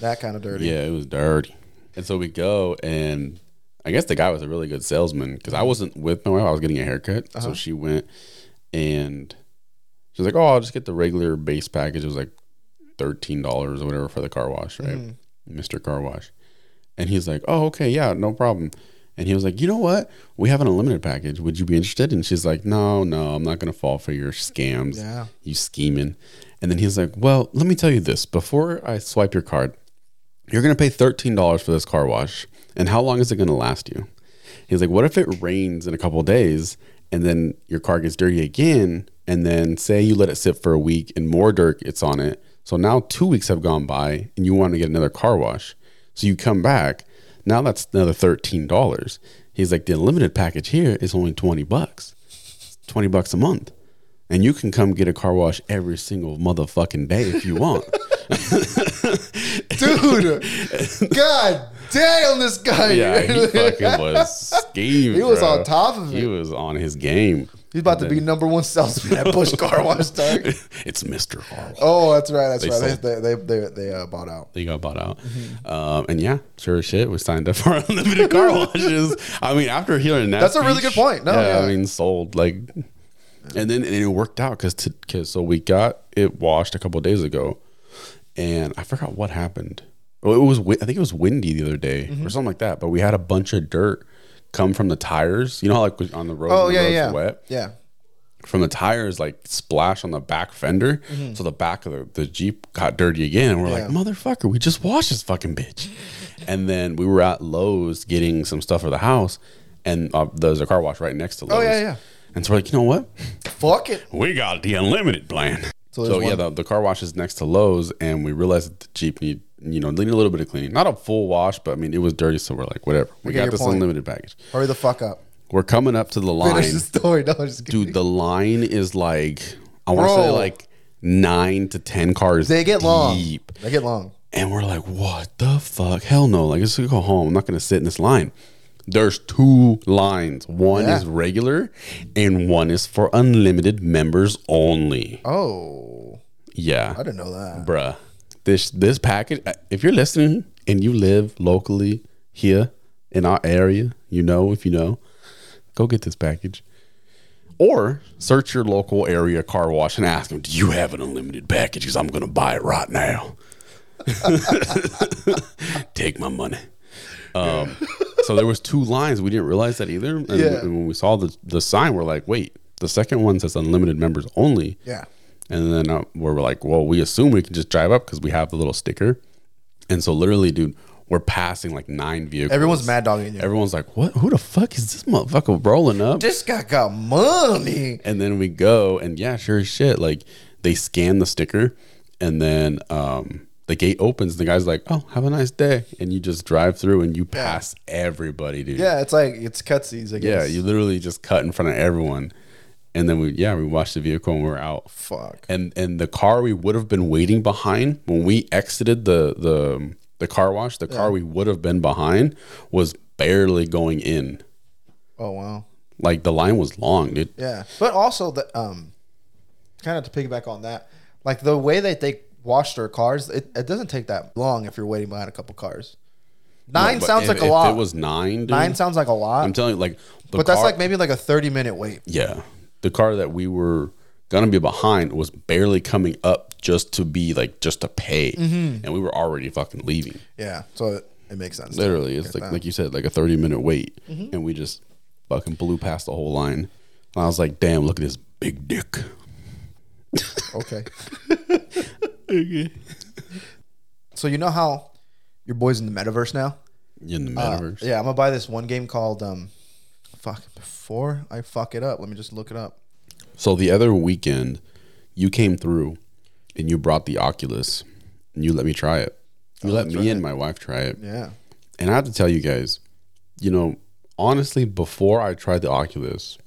That kind of dirty.
Yeah, it was dirty. And so we go, and I guess the guy was a really good salesman because I wasn't with my wife. I was getting a haircut,
Uh-huh.
so she went, and she was like, "Oh, I'll just get the regular base package." It was like thirteen dollars or whatever for the car wash, right,
Mm-hmm.
Mister Car Wash? And he's like, "Oh, okay, yeah, no problem." And he was like, "You know what? We have an unlimited package. Would you be interested?" And she's like, "No, no, I'm not gonna fall for your scams.
Yeah.
you scheming." And then he's like, "Well, let me tell you this. Before I swipe your card." you're going to pay $13 for this car wash and how long is it going to last you he's like what if it rains in a couple of days and then your car gets dirty again and then say you let it sit for a week and more dirt gets on it so now two weeks have gone by and you want to get another car wash so you come back now that's another $13 he's like the unlimited package here is only 20 bucks 20 bucks a month and you can come get a car wash every single motherfucking day if you want
Dude, God damn, this guy.
Yeah, he fucking was scheming.
He was
bro.
on top of
He
it.
was on his game.
He's about to be number one salesman at Bush Car Wash, dog.
it's Mr. Harwell.
Oh, that's right. That's right.
sold.
They they they, they, uh, bought out.
They got bought out.
Mm-hmm.
Um, and yeah, sure as shit, we signed up for unlimited car washes. I mean, after hearing that,
That's a really
speech,
good point. No,
yeah, I
yeah.
mean, sold like, and then and it worked out because because so we got it washed a couple of days ago, and I forgot what happened. Well, it was wi- I think it was windy the other day
Mm-hmm.
or something like that. But we had a bunch of dirt come from the tires. You know, how, like on the road.
Oh
when the
yeah,
road's
yeah,
Wet.
yeah.
from the tires like splash on the back fender. So the back of the, the Jeep got dirty again. And we're like,
Mm-hmm. Yeah.
motherfucker, we just washed this fucking bitch. and then we were at Lowe's getting some stuff for the house. And uh, there's a car wash right next to Lowe's.
Oh, yeah, yeah.
And so we're like, you know what?
Fuck it.
We got the unlimited plan.
So
So,
there's
yeah,
one-
the, the car wash is next to Lowe's, and we realized that the Jeep need you know need a little bit of cleaning, not a full wash, but I mean it was dirty, so we're like, whatever. We
get your
got this
point.
unlimited package.
Hurry the fuck up.
We're coming up to the line
Finish the story. No, I'm just kidding.
dude the line is like i want to
Bro.
say like nine to ten cars
they get long.
deep.
They get long.
and we're like what the fuck hell no like let's go home i'm not gonna sit in this line there's two lines one
Yeah.
is regular and one is for unlimited members only
Oh,
yeah
I didn't know that.
bruh this this package uh, if you're listening and you live locally here in our area you know if you know go get this package or search your local area car wash and ask them do you have an unlimited package because i'm gonna buy it right now take my money um, so there was two lines we didn't realize that either and,
Yeah.
and when we saw the, the sign we're like wait the second one says unlimited members only
Yeah.
and then uh, we're like, well, we assume we can just drive up because we have the little sticker. And so, literally, dude, we're passing like nine vehicles.
Everyone's mad dogging you.
Everyone's like, what? Who the fuck is this motherfucker rolling up?
this guy got money.
And then we go, and yeah, sure as shit. Like, they scan the sticker, and then um, the gate opens. And the guy's like, oh, have a nice day. And you just drive through and you pass everybody, dude.
Yeah, it's like it's cutscenes. I
Yeah,
guess.
you literally just cut in front of everyone. And then we, yeah, we watched the vehicle and we we're out
Fuck.
and and the car we would have been waiting behind when we exited the the the car wash the car we would have been behind was barely going in
Oh wow.
like the line was long dude
Yeah, but also the um, kind of to piggyback on that, like the way that they wash their cars, it, it doesn't take that long if you're waiting behind a couple cars. Nine
But
sounds
if-
like a
if
lot.
it was nine dude,
Nine sounds like a lot,
i'm telling you like the
but that's
car-
like maybe like a thirty minute wait.
yeah the car that we were gonna be behind was barely coming up just to be like just to pay
Mm-hmm.
and we were already fucking leaving
Yeah, so it, it makes sense.
Literally, it's like like you said, like a thirty minute wait, and we just fucking blew past the whole line. And I was like, "Damn, look at this big dick."
Okay.
Mm-hmm.
so you know how your boy's in the metaverse now?
In the
Uh,
metaverse,
yeah, I'm gonna buy this one game called um, fuck. Before I fuck it up, let me just look it up.
so the other weekend, you came through, and you brought the Oculus, and you let me try it. You let me and my wife Oh, try it,
Yeah.
and I have to tell you guys, you know, honestly, before I tried the Oculus,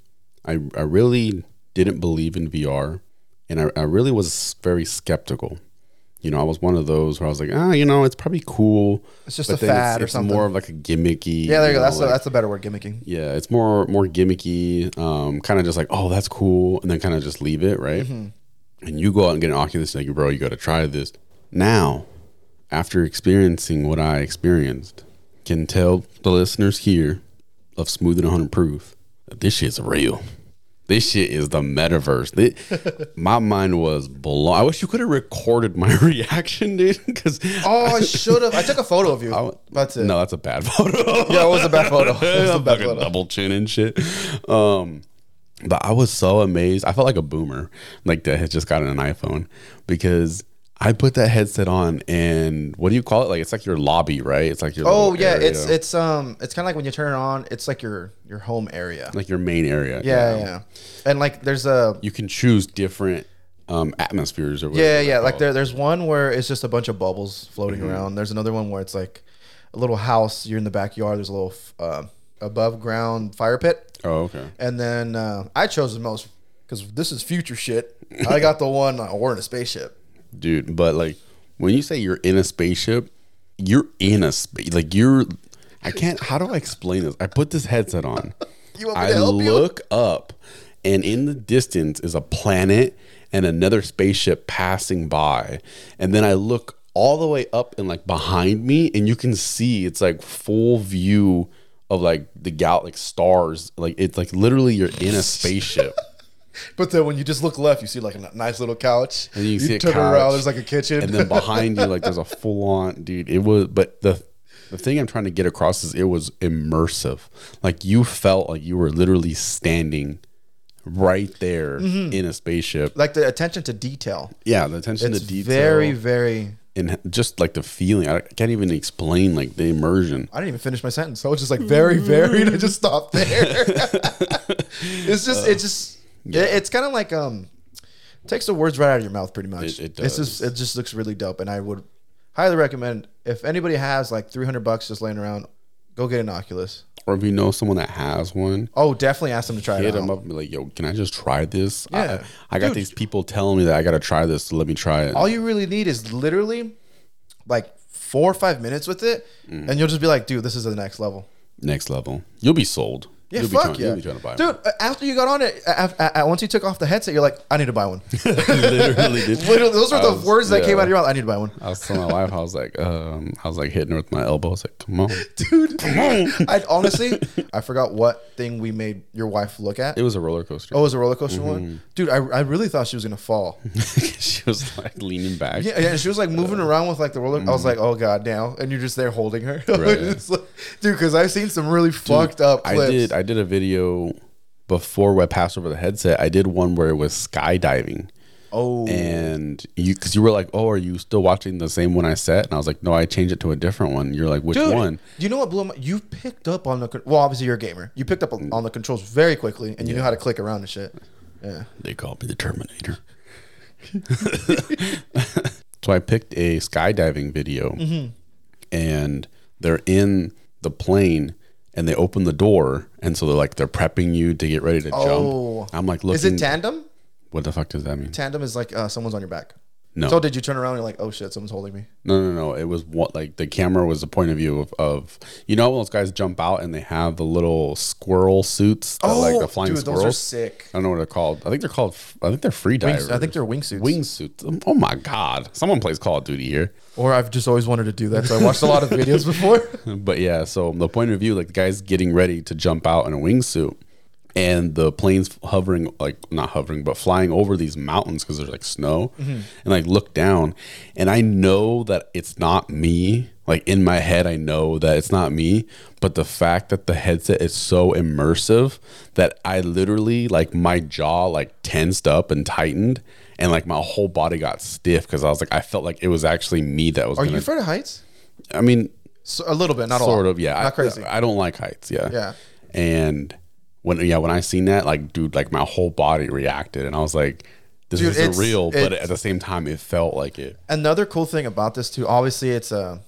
I I really didn't believe in VR, And I, I really was very skeptical. You know, I was one of those where I was like, ah, you know, it's probably cool.
It's just
but
a
then it's-
fad or
it's
something.
More of like a gimmicky.
Yeah, there you go.
know,
That's a,
like-
that's a better word, gimmicking.
yeah, it's more more gimmicky. Um, kind of just like, oh, that's cool, and then kind of just leave it, right? And you go out and get an Oculus, and like, bro, you got to try this now. After experiencing what I experienced, can tell the listeners here of Smooth and 100 Proof that this shit's real. This shit is the metaverse. Thi- my mind was blown. I wish you could have recorded my reaction, dude. Because
Oh, I should have. I took a photo of you. That's it.
no, that's a bad photo.
Yeah, it was a bad photo. It was a
I'm
bad
fucking
photo.
double chin and shit. Um, but I was so amazed. I felt like a boomer, like that had just gotten an iPhone because I put that headset on and what do you call it? Like it's like your lobby, right? It's like your
Oh
little
yeah,
area,
it's it's um it's kind of like when you turn it on, it's like your your home area.
like your main area.
Yeah, yeah. And like there's a
you can choose different um atmospheres or whatever.
yeah,
they're
yeah, like
called.
there there's one where it's just a bunch of bubbles floating
Mm-hmm.
around. There's another one where it's like a little house. You're in the backyard. There's a little f- um above ground fire pit,
Oh, okay.
and then uh, I chose the most because this is future shit. I got the one uh, we're in a spaceship.
dude. But like when you say you're in a spaceship, you're in a space. Like you're. I can't. How do I explain this? I put this headset on.
You want me
I
to help you?
look up, and in the distance is a planet and another spaceship passing by, and then I look all the way up and like behind me, and you can see it's like full view of like the gal like stars. Like it's like literally you're in a spaceship.
But then when you just look left, you see like a n- nice little couch.
And you see a
turn
couch,
around. There's like a kitchen.
and then behind you like there's a full on dude it was but the the thing i'm trying to get across is it was immersive like you felt like you were literally standing right there
Mm-hmm.
in a spaceship
like the attention to detail.
yeah the attention
It's
to detail
very, very.
and just like the feeling i can't even explain like the immersion
I didn't even finish my sentence. I was just like very, very, and I just stopped there. it's just,
Uh,
it's just, it- it's kind of like um, takes the words right out of your mouth, pretty much.
It- it
It's just, it just looks really dope, and I would highly recommend if anybody has like three hundred bucks just laying around, go get an Oculus.
or if you know someone that has one
Oh, definitely ask them to try
hit
it
them
out.
up and be like yo can i just try this I-
Yeah.
i, got
Dude.
these people telling me that i gotta try this so let me try it
All you really need is literally like four or five minutes with it,
Mm.
and you'll just be like, dude, this is the next level.
next level you'll be sold
Yeah,
you'll,
fuck
be trying,
yeah,
you'll be trying to buy
dude. uh, After you got on it, uh, af- uh, once you took off the headset, you're like, I need to buy one.
one. literally dude.
Literally, those were
I
the
was-
words that came
yeah.
out of your mouth. I need to buy one,
I was telling my wife, I was like, um, I was like hitting her with my elbow. I was like, come on.
dude.
Come on.
I honestly, I forgot what thing we made your wife look at.
It Mm-hmm. was a roller coaster.
Oh, it was a roller coaster one, dude. I, I really thought she was gonna fall.
she was like leaning back.
Yeah, yeah, and she was like moving around with like the roller. I was like, oh god, now, and you're just there holding her,
Mm-hmm. Right.
It's like- dude. Because I've seen some really fucked up
I
clips.
did I did a video before I passed over the headset. I did one where it was skydiving.
Oh,
And you, because you were like, "Oh, are you still watching the same one I set?" And I was like, "No, I changed it to a different one." You're like, "Which
Dude,
one?"
You know what blew my? You picked up on the con- well. Obviously, you're a gamer. You picked up
Mm.
on on the controls very quickly, and you knew how to click around and shit. Yeah.
They called me the Terminator. so I picked a skydiving video,
Mm-hmm.
and they're in the plane, and they open the door, and so they're like they're prepping you to get ready to
Oh.
jump. I'm like, looking.
Is it tandem?
what the fuck does that mean?
Tandem is like uh, someone's on your back.
No.
So did you turn around and you're like, oh shit, someone's holding me?
No, no, no. It was what like the camera was the point of view of, of you know when those guys jump out and they have the little squirrel suits, that, like the flying
Oh, dude,
squirrels.
those are sick.
I don't know what they're called. I think they're called. I think they're free divers.
I think they're wingsuits.
wingsuits. Oh my god! Someone plays Call of Duty here.
Or I've just always wanted to do that. So I watched a lot of videos before.
But yeah, so the point of view, like the guy's getting ready to jump out in a wingsuit, and the plane's hovering, like not hovering, but flying over these mountains because there's like snow,
Mm-hmm.
and like look down, and I know that it's not me. Like in my head, I know that it's not me, but the fact that the headset is so immersive that I literally like my jaw like tensed up and tightened, and like my whole body got stiff because I was like I felt like it was actually me that was.
Are you
gonna,
afraid of heights?
I mean,
So, a little bit, not a lot.
sort of yeah I,
Not crazy.
I don't like heights yeah
Yeah.
and when yeah when i seen that like dude like my whole body reacted and i was like this
Dude,
isn't
it's-
real but
it's-
at the same time it felt like it
another cool thing about this too obviously it's a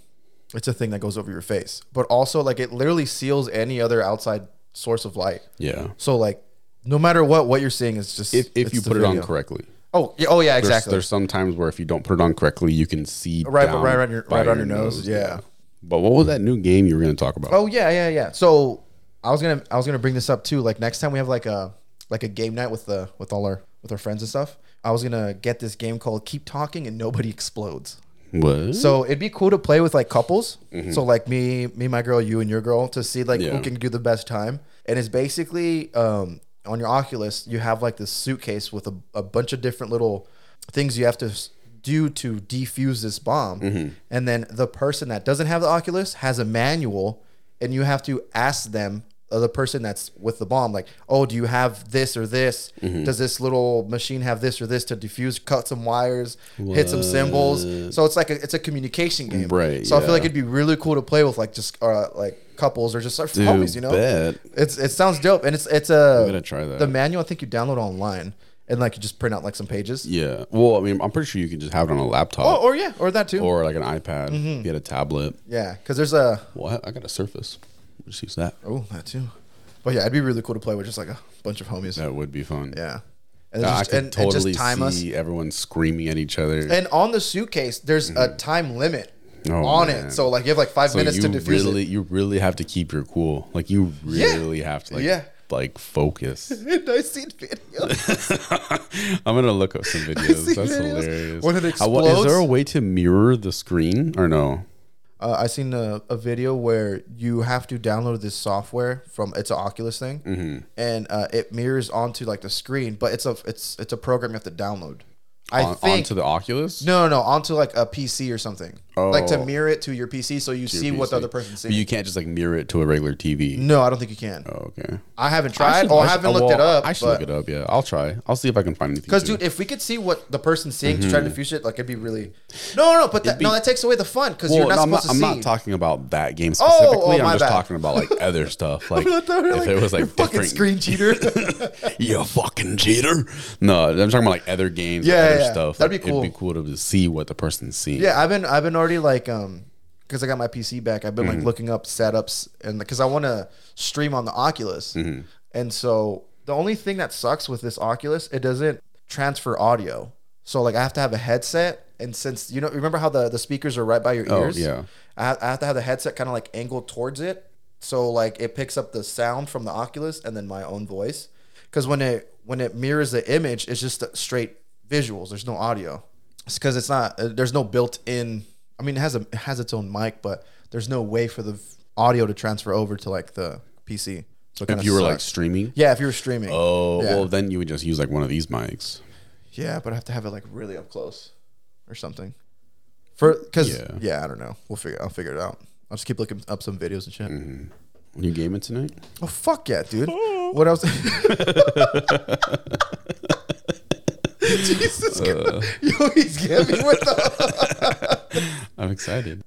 it's a thing that goes over your face but also like it literally seals any other outside source of light
yeah
so like no matter what what you're seeing is just
if, if
it's
you
the
put it on
video.
correctly
Oh, yeah, oh yeah,
There's,
exactly.
there's some times where if you don't put it on correctly, you can see
Right-
down
right on your-
by
right on your nose, yeah.
But what was that new game you were going to talk about?
Oh yeah, yeah, yeah. So I was gonna I was gonna bring this up too. Like next time we have like a like a game night with the with all our with our friends and stuff. I was gonna get this game called Keep Talking and Nobody Explodes.
What?
So it'd be cool to play with like couples. So like me, me, my girl, you and your girl to see like
Yeah.
who can do the best time. And it's basically um, on your Oculus, you have like this suitcase with a, a bunch of different little things you have to s- do to defuse this bomb. And then the person that doesn't have the Oculus has a manual, and you have to ask them. uh, The person that's with the bomb, like, oh, do you have this or this?
Mm-hmm.
Does this little machine have this or this to defuse? Cut some wires, hit some symbols. So it's like a, it's a communication game,
Right,
So I feel like
yeah.
it'd be really cool to play with, like just uh, like couples or just like
Dude,
homies, you know.
bet.
It's it sounds dope, and it's it's a.
gonna try that.
The manual I think you download online, and like you just print out like some pages.
Yeah. Well, I mean, I'm pretty sure you can just have it on a
Oh, Mm-hmm.
laptop
or yeah, or that too.
or like an iPad. If you had a tablet.
yeah, because there's a
What? I got a Surface. We'll just use that.
oh that too, but yeah, it'd be really cool to play with just like a bunch of homies. Yeah,
That would be fun.
and
I
just,
could
and, and
totally
just time us.
see everyone screaming at each other.
And on the suitcase, there's a time limit
Mm-hmm. Oh,
on
man.
it. So like you have like five
so
minutes
you
to defuse it.
really, you really have to keep your cool. Like you really have to, like,
Yeah.
like focus.
And I seen videos.
I'm gonna look up some videos.
see
That's
videos.
hilarious.
When it
I wa- is there a
explodes.
way to mirror the screen or no?
uh, I seen a, a video where you have to download this software from it's an Oculus thing,
Mm-hmm.
and uh, it mirrors onto like the screen, but it's a it's it's a program you have to download. I
On,
think
onto the Oculus?
no no no onto like a PC or something, like to
Oh.
mirror it to your PC so you see what the other person's
But
seeing.
you can't just like mirror it to a regular TV.
no, I don't think you can.
Oh, okay.
I haven't tried or I haven't looked it up.
I should
but-
look it up. Yeah, I'll try. I'll see if I can find anything.
Because
too.
dude, if we could see what the person's seeing to
Mm-hmm.
try to diffuse it, like it'd be really. No, no, no but that, no, that takes away the fun because
well,
you're not
no, I'm,
supposed
not, I'm
to see.
not talking about that game
oh,
specifically.
my
I'm
bad.
just talking about like other stuff. Like
I thought we were
if it was
"You're
like
fucking
different,
screen cheater.
you fucking cheater. No, I'm talking about like other games,
Yeah,
yeah, other
yeah, yeah.
stuff.
That'd
Like,
be
It'd be cool to see what the person's seeing.
yeah, I've been I've been already like um because I got my PC back. I've been
Mm-hmm.
like looking up setups and because I want to stream on the Oculus,
Mm-hmm.
and so the only thing that sucks with this Oculus, it doesn't transfer audio. So like I have to have a headset, and since you know remember how the the speakers are right by your ears,
Oh, yeah.
I have, I have to have the headset kind of like angled towards it, so like it picks up the sound from the Oculus and then my own voice. Because when it when it mirrors the image, it's just uh, straight visuals. There's no audio. It's because it's not. uh, There's no built-in. I mean, it has a it has its own mic, but there's no way for the v- audio to transfer over to like the PC. So it
If
kinda
you were like
sucks.
streaming,
yeah, if you were streaming.
oh,
yeah.
well, then you would just use like one of these mics.
yeah, but I have to have it like really up close or something. For because yeah.
Yeah.
I don't know. We'll figure. I'll figure it out. I'll just keep looking up some videos and shit.
Mm-hmm. You gaming tonight?
Oh fuck yeah, dude! What else?
Uh.
Jesus, Christ. yo, he's giving with the.
I'm excited.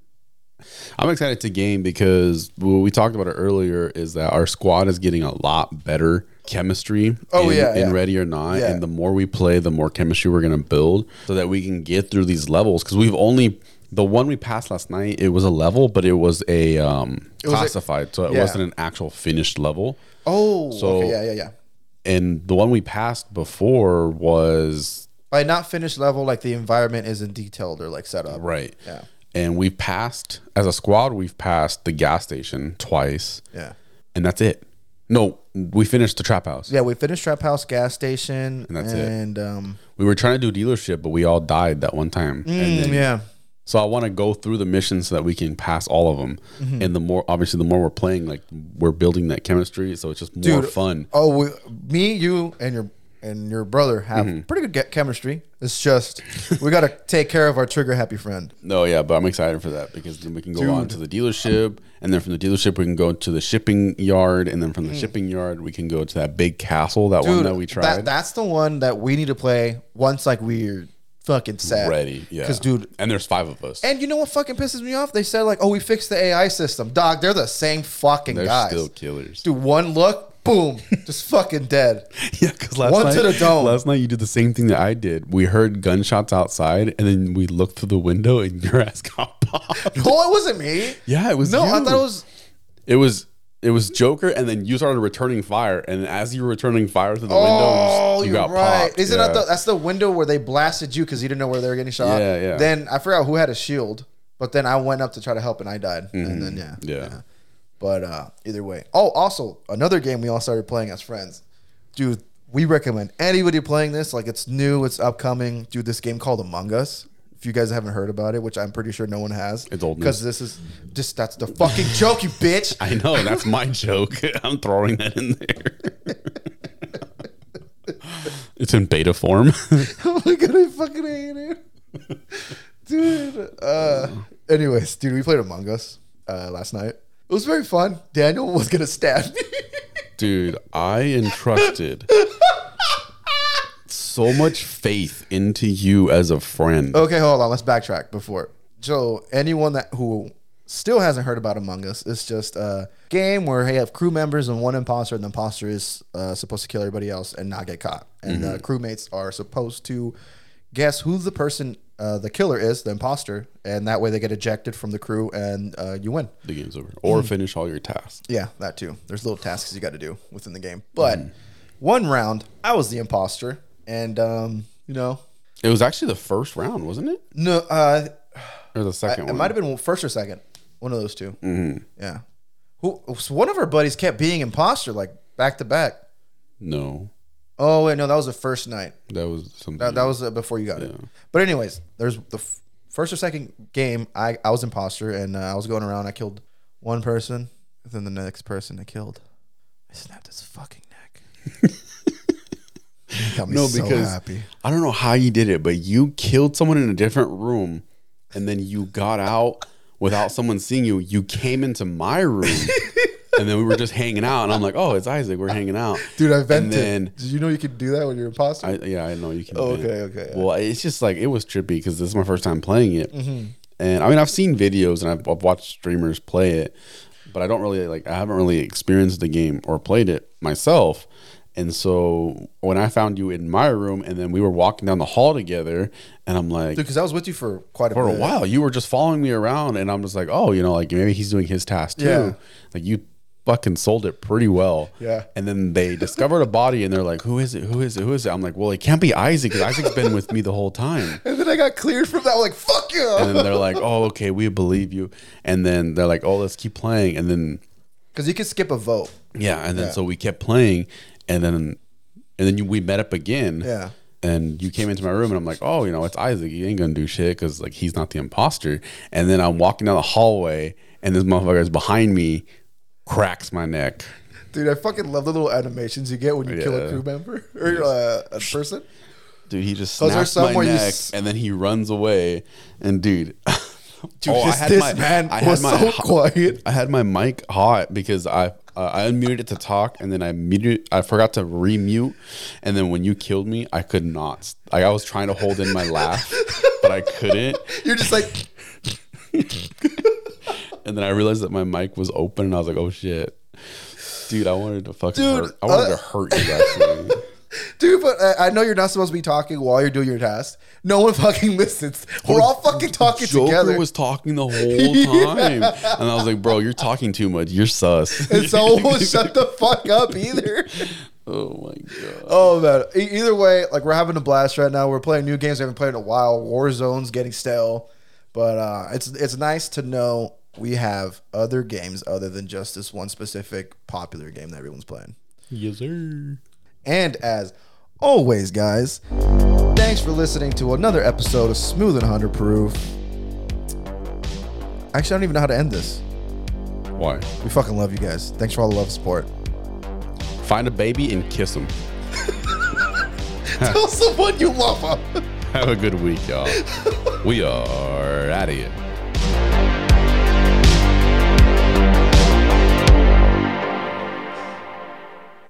I'm excited to game because what we talked about it earlier is that our squad is getting a lot better chemistry.
Oh,
in,
yeah,
in
yeah.
Ready or Not,
Yeah.
and the more we play, the more chemistry we're gonna build, so that we can get through these levels. Because we've only the one we passed last night. It was a level, but it was a um,
was a-
classified, so it
Yeah.
wasn't an actual finished level.
Oh,
So-
okay, yeah, yeah, yeah.
And the one we passed before was
By not finished level, like the environment isn't detailed or like set up.
right.
Yeah.
And we passed as a squad. We've passed the gas station twice.
Yeah.
and that's it. No, we finished the trap house.
Yeah, we finished Trap House gas station, and
that's it.
um,
We were trying to do dealership, but we all died that one time.
Mm.
And then-
yeah,
So I want to go through the mission so that we can pass all of them.
Mm-hmm.
And the more, obviously, the more we're playing, like we're building that chemistry. So it's just more
Dude.
fun.
oh, we, me, you, and your and your brother have
Mm-hmm.
pretty good ge- chemistry. It's just we got to take care of our trigger happy friend.
No, yeah, but I'm excited for that because then we can go on to the dealership, and then from the dealership we can go to the shipping yard, and then from the shipping yard we can go to that big castle, that one
Mm. Dude,
that we tried.
that's the one that we need to play once like we're fucking set.
Ready, yeah.
Because dude,
and there's five of us.
and you know what fucking pisses me off? They said like, oh, we fixed the AI system. Dog, they're the same fucking
They're
guys.
still killers.
Dude, one look, boom, just fucking dead.
Yeah, because last
One
night,
to the dome.
last night you did the same thing that I did. We heard gunshots outside, and then we looked through the window, and your ass got popped.
Oh, it wasn't me.
Yeah, it was
No, I
you.
thought it was.
It was It was Joker, and then you started returning fire, and as you were returning fire through the
Oh,
windows, you
you're
got
right.
popped.
Isn't
Yeah.
that the, that's the window where they blasted you because you didn't know where they were getting shot?
Yeah, yeah.
Then I forgot who had a shield, but then I went up to try to help and I died. And then yeah,
Mm-hmm. Yeah.
But uh, either way. Oh, also another game we all started playing as friends, dude. We recommend anybody playing this. Like it's new, it's upcoming. Dude, this game called Among Us. If you guys haven't heard about it, which I'm pretty sure no one has,
It's old news.
because this is just that's the fucking joke, you bitch.
I know that's my joke. I'm throwing that in there. it's in beta form.
oh my god, I fucking hate it. Dude. Uh anyways, dude, we played Among Us uh last night. It was very fun. Daniel was gonna stab me.
Dude, I entrusted so much faith into you as a friend.
okay, hold on, let's backtrack before. So anyone that who still hasn't heard about Among Us, it's just a game where you have crew members and one imposter, and the imposter is uh, supposed to kill everybody else and not get caught. And the crewmates are supposed to guess who the person uh, the killer is, the imposter, and that way they get ejected from the crew and uh, you win.
The game's over,
Mm.
or finish all your tasks.
Yeah, that too. There's little tasks you got to do within the game. But one round, I was the imposter, and um, you know,
It was actually the first round, wasn't it,
no, uh,
or the second
it
one?
might have been first or second, one of those 2 Yeah, who? so one of our buddies kept being imposter like back to back.
No,
Oh wait, no, that was the first night.
that was something.
That, that was uh, before you got it. But anyways, there's the f- first or second game. I I was imposter, and uh, I was going around. I killed one person, and then the next person I killed, I snapped his fucking neck. It got me
no,
so
because
happy.
I don't know how you did it, but you killed someone in a different room, and then you got out without someone seeing you. You came into my room, and then we were just hanging out, and I'm like, "Oh, it's Isaac. We're hanging out,
Dude, I
And
vented.
then
Did you know you could do that when you're imposter?
I, yeah, I know you can.
Oh,
do it.
okay, okay, yeah.
Well, it's just like it was trippy because this is my first time playing it,
Mm-hmm.
and I mean I've seen videos and I've, I've watched streamers play it, but I don't really like I haven't really experienced the game or played it myself. And so when I found you in my room, and then we were walking down the hall together, and I'm like,
Dude, because I was with you for quite a
for a
bit.
while you were just following me around, and I'm just like, oh, you know, like maybe he's doing his task too.
Yeah.
Like you fucking sold it pretty well.
Yeah.
And then they discovered a body, and they're like, who is it? Who is it? Who is it? I'm like, well, it can't be Isaac. 'cause Isaac's been with me the whole time.
And then I got cleared from that. I'm like, fuck
And
you.
then they're like, oh, okay, we believe you. And then they're like, oh, let's keep playing. And then
Because you could skip a vote.
yeah, and then so we kept playing, and then and then you, we met up again.
Yeah.
And you came into my room, and I'm like, oh, you know, it's Isaac. He ain't gonna do shit because like he's not the imposter. And then I'm walking down the hallway, and this motherfucker is behind me, cracks my neck.
Dude, I fucking love the little animations you get when you kill a
Yeah.
crew member or uh, a person.
Dude, he just
there
snaps my
somewhere you
neck,
s-
and then he runs away. And dude, Oh,
Dude,
I
this-
had
this man was so
hot-
quiet.
I had my mic hot because I uh, I unmuted it to talk, and then I muted. I forgot to remute, and then when you killed me, I could not. Like I was trying to hold in my laugh, but I couldn't.
You're just like,
And then I realized that my mic was open, and I was like, "Oh shit, dude! I wanted to fucking
Dude,
hurt. I wanted
uh,
to hurt you." Actually,
Dude, but uh, I, I know you're not supposed to be talking while you're doing your task. No one fucking listens. We're all fucking talking
Joker
together.
was talking the whole time, and I was like, "Bro, you're talking too much. You're sus."
and someone won't shut the fuck up either.
oh my god.
Oh man. E- either way, like we're having a blast right now. We're playing new games we haven't played in a while. Warzone's getting stale, but uh, it's it's nice to know we have other games other than just this one specific popular game that everyone's playing.
Yes, sir.
And as always, guys, thanks for listening to another episode of Smooth and Hunter Proof. Actually, I don't even know how to end this.
Why?
We fucking love you guys. Thanks for all the love and support.
Find a baby and kiss him.
Tell someone you love them.
Have a good week, y'all. we are out of here.